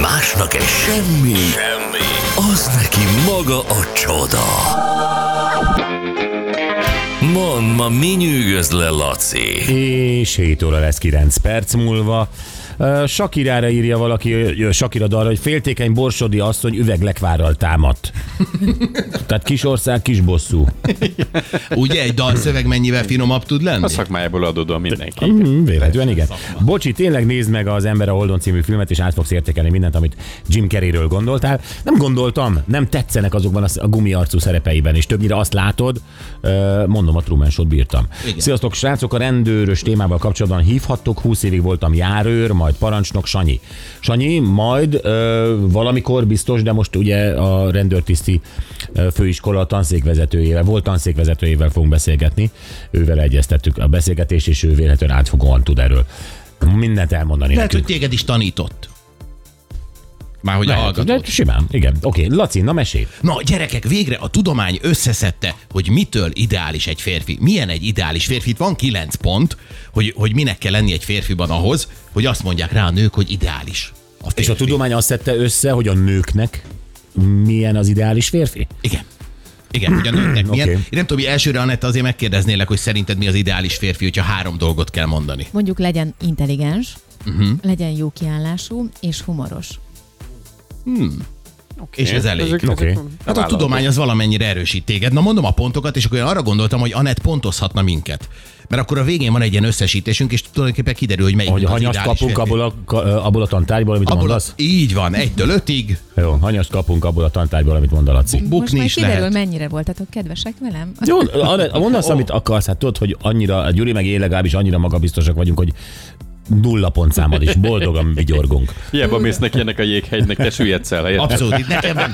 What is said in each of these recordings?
Másnak egy semmi, semmi, az neki maga a csoda. Mond, ma mi nyűgöz le, Laci? És 7 óra lesz 9 perc múlva. Ö, Sakirára írja valaki, ö, ö, Sakira dalra, hogy féltékeny borsodi asszony üveglekvárral támadt. Tehát kis ország, kis bosszú. Ugye egy dalszöveg mennyivel finomabb tud lenni? A szakmájából adódóan mindenki. Mm, Véletlen, igen. Bocsi, tényleg nézd meg az Ember a Holdon című filmet, és át fogsz értékelni mindent, amit Jim Carreyről gondoltál. Nem gondoltam, nem tetszenek azokban a, sz- a gumiarcú szerepeiben, és többnyire azt látod, ö, mondom, a Truman Show-t bírtam. Igen. Sziasztok, srácok, a rendőrös témával kapcsolatban hívhattok, 20 évig voltam járőr, majd parancsnok, Sanyi. Sanyi, majd ö, valamikor biztos, de most ugye a rendőrtiszti ö, főiskola tanszékvezetőjével, volt tanszékvezetőjével fogunk beszélgetni, ővel egyeztettük a beszélgetést, és ő véletlenül átfogóan tud erről mindent elmondani Lehet, hogy nekünk. téged is tanított. Már hogy Lehet, hallgatod. de simán, igen. Oké, okay. Laci, na mesélj. Na, gyerekek, végre a tudomány összeszedte, hogy mitől ideális egy férfi. Milyen egy ideális férfi? Itt van kilenc pont, hogy, hogy minek kell lenni egy férfiban ahhoz, hogy azt mondják rá a nők, hogy ideális. A És férfi. a tudomány azt szedte össze, hogy a nőknek milyen az ideális férfi? Igen. Igen, hogy a nőknek milyen. Oké. Én nem tudom, hogy elsőre, Anett, azért megkérdeznélek, hogy szerinted mi az ideális férfi, hogyha három dolgot kell mondani. Mondjuk legyen intelligens, Mhm. uh-huh. legyen jó kiállású és humoros. És ez elég. Oké. Hát a tudomány az valamennyire erősít téged. Na mondom a pontokat, és akkor én arra gondoltam, hogy Anett pontozhatna minket. Mert akkor a végén van egy ilyen összesítésünk, és tulajdonképpen kiderül, hogy melyik Hogy az hanyast ideális kapunk férfi. abból a, ka- ö, abból a tantárgyból, amit abból mondasz? az... Így van, egytől ötig. Jó, hanyast kapunk abból a tantárgyból, amit mond a Laci. Most Bukni már is kiderül, lehet. mennyire voltatok kedvesek velem. Az Jó, arra- mondasz, amit akarsz, hát tudod, hogy annyira, a Gyuri meg én legalábbis annyira magabiztosak vagyunk, hogy nulla pontszámmal is boldogan vigyorgunk. Hiába mész neki ennek a jéghegynek, te süllyedsz el helyett. Abszolút, itt nekem van,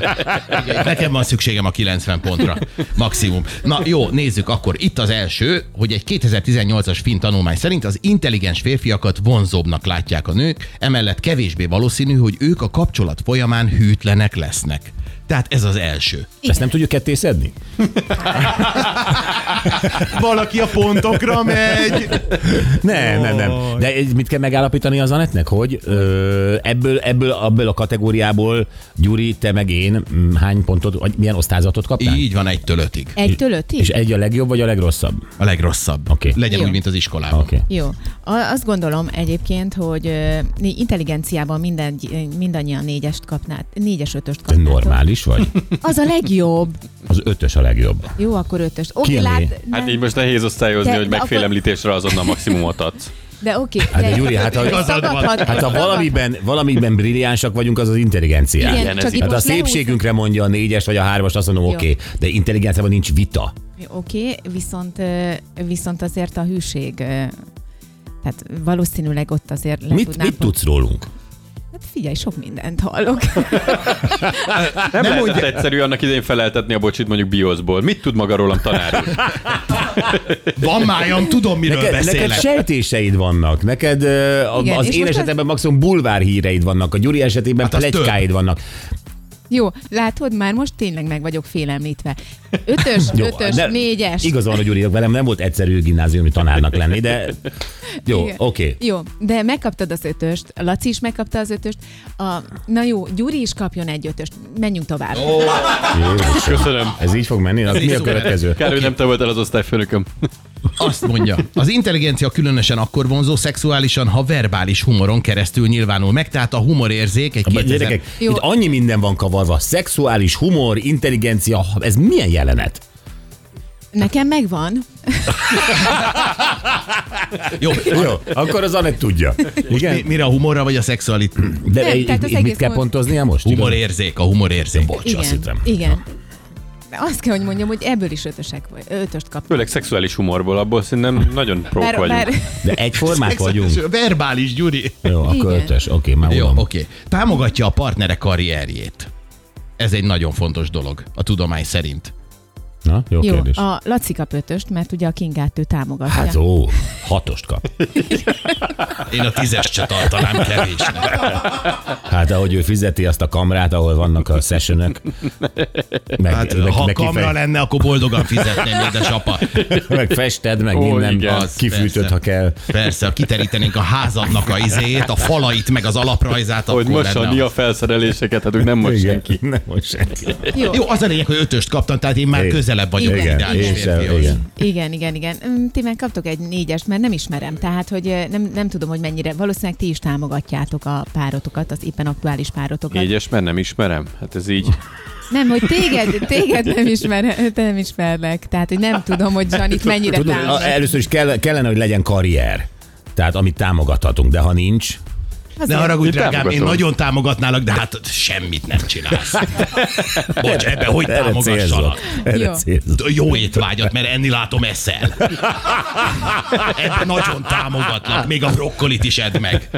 igen, nekem van szükségem a 90 pontra, maximum. Na jó, nézzük akkor. Itt az első, hogy egy 2018-as finn tanulmány szerint az intelligens férfiakat vonzóbbnak látják a nők, emellett kevésbé valószínű, hogy ők a kapcsolat folyamán hűtlenek lesznek. Tehát ez az első. Ezt nem tudjuk ketté szedni? Valaki a pontokra megy. Nem, nem, nem. De egy- mit kell megállapítani az Anetnek, hogy ö, ebből, ebből, ebből a kategóriából Gyuri, te meg én mm, hány pontot, vagy milyen osztályzatot kaptál? Így van egytől ötig. Egytől ötig? És e- egy a legjobb, vagy a legrosszabb? A legrosszabb. Oké. Legyen Jó. úgy, mint az iskolában. Oké. Jó. A- Azt gondolom egyébként, hogy ö, né- intelligenciában minden, mindannyian négyest kapnát, négyes ötöst Te kapnátok. normális vagy? Az a legjobb. Az ötös a legjobb. Jó, akkor ötöst. Oké, Ki a né- lát, Hát nem, így most nehéz osztályozni, De- hogy de akkor- megfélemlítésre azonnal maximumot adsz. de oké. Hát de Gyuri, hát ha, Igazad van. Szakadhat- hát ha valamiben, valamiben brilliánsak vagyunk, az az intelligencia. Igen, Igen, ez csak így. itt Hát a most lehúzzuk. szépségünkre mondja a négyes vagy a hármas, azt mondom, Jó. oké, okay, de intelligenciában nincs vita. Oké, okay, viszont, ö, viszont azért a hűség, ö, tehát valószínűleg ott azért le Mit, tudnám mit tudsz rólunk? Hát figyelj, sok mindent hallok. Nem, nem lehetett egyszerű annak idején feleltetni a bocsit mondjuk bioszból. Mit tud maga rólam tanár úr? Van májam, tudom, miről Neked, beszélek. neked sejtéseid vannak, neked ö, a, Igen, Igen, az és én most esetemben maximum bulvár híreid vannak, a Gyuri esetében Hát az hát plegykáid vannak. Jó, látod, már most tényleg meg vagyok félemlítve. Ötös, Jó, ötös, de négyes. Igaz van, hogy Gyuri, velem nem volt egyszerű gimnáziumi tanárnak lenni, de jó, oké. Igen. Jó, de megkaptad az ötöst, Laci is megkapta az ötöst. A, na jó, Gyuri is kapjon egy ötöst. Menjünk tovább. Oh. Jézusom, Köszönöm. Ez így fog menni? Az mi a Szuper. következő? Kár, hogy nem te voltál az osztályfőnököm. Azt mondja, az intelligencia különösen akkor vonzó szexuálisan, ha verbális humoron keresztül nyilvánul meg, tehát a humorérzék egy 2000... Gyerekek, Jó. itt annyi minden van kavarva. Szexuális, humor, intelligencia, ez milyen jelenet? Nekem megvan. Jó, Jó, akkor az Anett tudja. mi- Igen? mire a humorra vagy a szexualit? De Nem, nem, tehát az itt mit egész kell mond- pontoznia most? Igaz? Humorérzék, a humorérzék. Bocs, Igen. azt hittem. Igen. De Azt kell, hogy mondjam, hogy ebből is ötösek, vagy- ötöst kaptam. Főleg szexuális humorból, abból szerintem nagyon prók Bár, vagyunk. bár, De egyformák vagyunk. Verbális, Gyuri. Jó, akkor Igen. ötös. Oké, már Jó, unom. oké. Támogatja a partnere karrierjét. Ez egy nagyon fontos dolog, a tudomány szerint. Na, jó, jó Jó, kérdés. a Laci kap ötöst, mert ugye a Kingát ő támogatja. Hát ó, hatost kap. Én a tízes se tartanám kevésnek. Hát ahogy ő fizeti azt a kamrát, ahol vannak a sessionök. Meg, Hát, ha kifej- kamra lenne, akkor boldogan fizetném, édesapa. meg fested, meg Ó, minden, igen, az, az kifűtöd, persze. ha kell. Persze, ha kiterítenénk a házadnak a izéjét, a falait, meg az alaprajzát, Hogy akkor mosani lenne a az. felszereléseket, hát ők nem most Igen, senki. Nem most senki. Jó. Jó, az a lényeg, hogy ötöst kaptam, tehát én már Igen. közelebb vagyok Igen, az ideális én és sem, férfihoz. igen. Igen, igen, igen. Mm, Ti meg kaptok egy négyest, mert nem ismerem. Tehát, hogy eh, nem, nem tudom, hogy mennyire. Valószínűleg ti is támogatjátok a párotokat, az éppen aktuális párotokat. Négyes, mert nem ismerem. Hát ez így. Nem, hogy téged, téged nem, ismer, te nem ismerlek. Tehát, hogy nem tudom, hogy Zsanit mennyire Tudod, a- támogat. először is kell, kellene, hogy legyen karrier. Tehát amit támogathatunk, de ha nincs, Ne Azért- haragudj, Én drágám, én támogatom. nagyon támogatnálak, de hát semmit nem célsz. Bocs, ebbe hogy erre célzok. támogassalak? Erre Jó. célzok. Jó étvágyat, mert enni látom eszel. Ebben nagyon támogatlak, még a brokkolit is edd meg.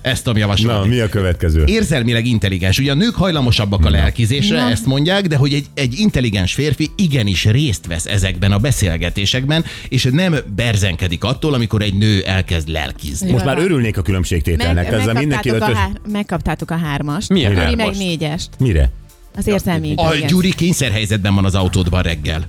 Ezt tudom Na, javasolni. mi a következő? Érzelmileg intelligens. Ugye a nők hajlamosabbak a lelkizésre, Na. ezt mondják, de hogy egy, egy intelligens férfi igenis részt vesz ezekben a beszélgetésekben, és nem berzenkedik attól, amikor egy nő elkezd lelkizni. Most már örülnék a különbségtételnek. Ez a mindenki hát megkaptátok, ötös. a hár, megkaptátok a hármast. Milyen Gyuri meg hármast? négyest. Mire? Az érzelmi A intelligencia. Gyuri kényszerhelyzetben van az autódban reggel.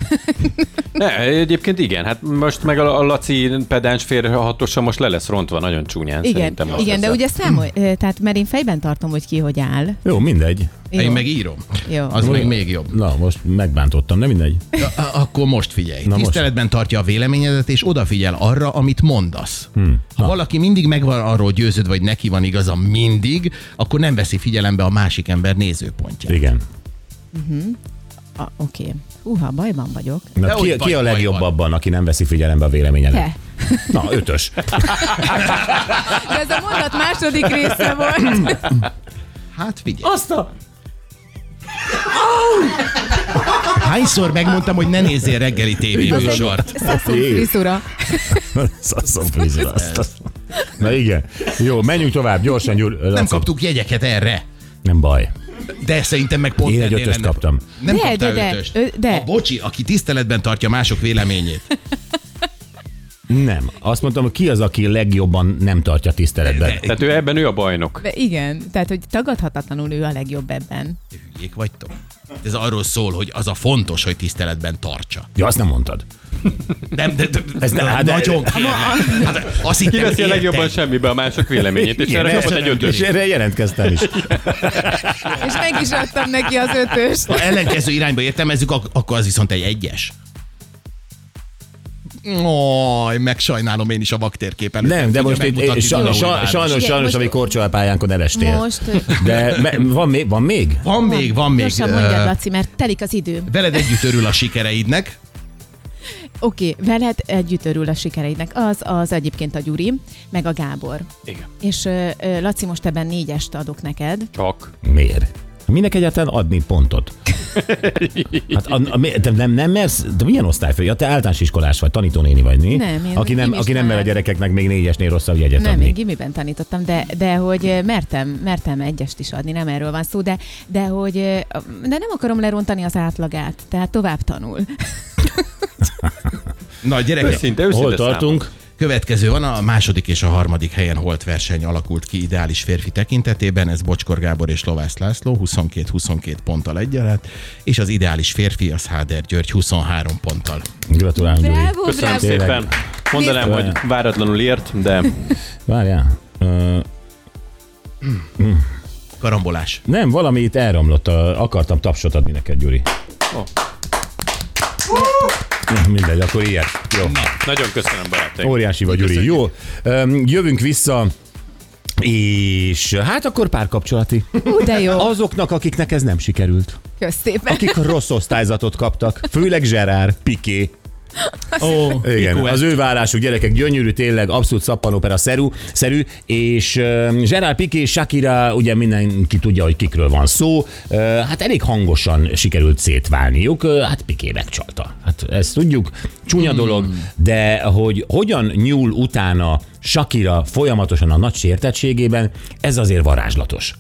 Ne, egyébként igen, hát most meg a, a Laci pedáns férj hatosa most le lesz rontva nagyon csúnyán. Igen, szerintem most igen de ezzel. ugye számol, ö, tehát mert én fejben tartom, hogy ki hogy áll. Jó, mindegy. Jó. Én meg írom. Jó. Az még, még jobb. Na, most megbántottam, nem mindegy. Na, a- akkor most figyelj. most. Tiszteletben tartja a véleményedet, és odafigyel arra, amit mondasz. Hmm. Ha valaki mindig meg van arról győződve, hogy neki van igaza mindig, akkor nem veszi figyelembe a másik ember nézőpontját. Igen. A- Oké. Okay. Húha, bajban vagyok. Na, De ki, hogy ki a vagy, legjobb vagy van. abban, aki nem veszi figyelembe a véleményedet? Te. Na, ötös. De ez a mondat második része volt. Hát figyelj. Azt a... Hányszor megmondtam, hogy ne nézzél reggeli tévéműsort? Szaszú Jé. friszura. Szaszom, Frizi, azt- azt- Na igen. Jó, menjünk tovább, gyorsan. Gyur, Nem Laci. kaptuk jegyeket erre. Nem baj. De szerintem meg pont Én egy ennél ötöst lenne- kaptam. Nem De, kaptál de, de, ötöst. ö, de. A bocsi, aki tiszteletben tartja mások véleményét. Nem. Azt mondtam, hogy ki az, aki legjobban nem tartja tiszteletben. Tehát ő ebben ő a bajnok. De igen, tehát hogy tagadhatatlanul ő a legjobb ebben. Hülyék vagytok. Ez arról szól, hogy az a fontos, hogy tiszteletben tartsa. Ja, azt nem mondtad. Nem, de, de, Ez ne- de, hát de- nagyon kérlek. Hát, azt Ki hittem, veszi a érted. legjobban semmibe a mások véleményét, és Igen, erre ez- kapott egy És ötös. erre jelentkeztem is. És meg is adtam neki az ötöst. Ha ellenkező irányba értelmezzük, ak- akkor az viszont egy egyes. Aj, megsajnálom én is a vaktérkép előtt. Nem, de Tudja most itt megmutatni eh, valahol sajnos, sajnos, város. sajnos, Igen, sajnos most- ami korcsolapályánkon elestél. Most- De me, van még? Van még? Van még, van még. Gyorsan ö, mondjad, Laci, mert telik az idő. Veled együtt örül a sikereidnek. Oké, okay, veled együtt örül a sikereidnek. Az az egyébként a Gyuri, meg a Gábor. Igen. És ö, ö, Laci, most ebben négyest adok neked. Csak. Miért? Minek egyáltalán adni pontot? Hát a, a, mi- te nem, nem mersz, de milyen osztályfő? Ja, te általános iskolás vagy, tanítónéni vagy, mi? Nem, én- aki nem, én aki nem iskolás. mer a gyerekeknek még négyesnél rosszabb jegyet Nem, adni. én gimiben tanítottam, de, de hogy ö, mertem, mertem egyest is adni, nem erről van szó, de, de hogy ö, de nem akarom lerontani az átlagát, tehát tovább tanul. Na, gyerekek, Őszinte, őszinte Hol tartunk? Következő van a második és a harmadik helyen holt verseny alakult ki ideális férfi tekintetében, ez Bocskor Gábor és Lovász László 22-22 ponttal egyaránt, és az ideális férfi az Háder György 23 ponttal. Gratulálunk, Gyuri. Bravo, Köszönöm bravo. Tényleg. szépen. Mondanám, hogy váratlanul ért, de Várjál. Ö, Karambolás. nem, valami itt elromlott. A, akartam tapsot adni neked, Gyuri. Ó. Nem, mindegy, akkor ilyen. Jó. nagyon köszönöm barátaim. Óriási vagy, Gyuri. Jó. Öm, Jövünk vissza. És hát akkor párkapcsolati. Ú, de jó, Azoknak, akiknek ez nem sikerült. kösz szépen. Akik rossz osztályzatot kaptak. Főleg Gerard, Piqué. Ó, Igen, az ő vállásuk gyerekek gyönyörű, tényleg abszolút szappanopera szerű, szerű és uh, Gerard Piqué, Shakira, ugye mindenki tudja, hogy kikről van szó, uh, hát elég hangosan sikerült szétválniuk, uh, hát Piqué megcsalta. Hát ezt tudjuk, csúnya dolog, de hogy hogyan nyúl utána Shakira folyamatosan a nagy sértettségében, ez azért varázslatos.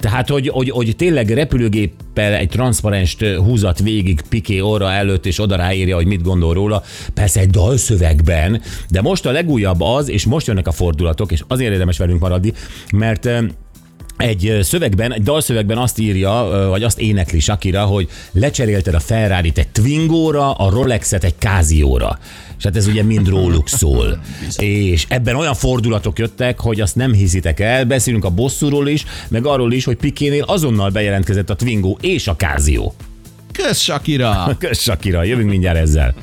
Tehát, hogy, hogy, hogy tényleg repülőgéppel egy transzparenst húzat végig Piké orra előtt, és oda ráírja, hogy mit gondol róla. Persze egy dalszövegben, de most a legújabb az, és most jönnek a fordulatok, és azért érdemes velünk maradni, mert eh, egy szövegben, egy dalszövegben azt írja, ö, vagy azt énekli Shakira, hogy lecserélted a ferrari egy Twingóra, a Rolexet egy Casio-ra. És hát ez ugye mind róluk szól. és ebben olyan fordulatok jöttek, hogy azt nem hiszitek el, beszélünk a bosszúról is, meg arról is, hogy Pikénél azonnal bejelentkezett a Twingo és a Casio. Kösz, Sakira! Kösz Shakira, jövünk mindjárt ezzel.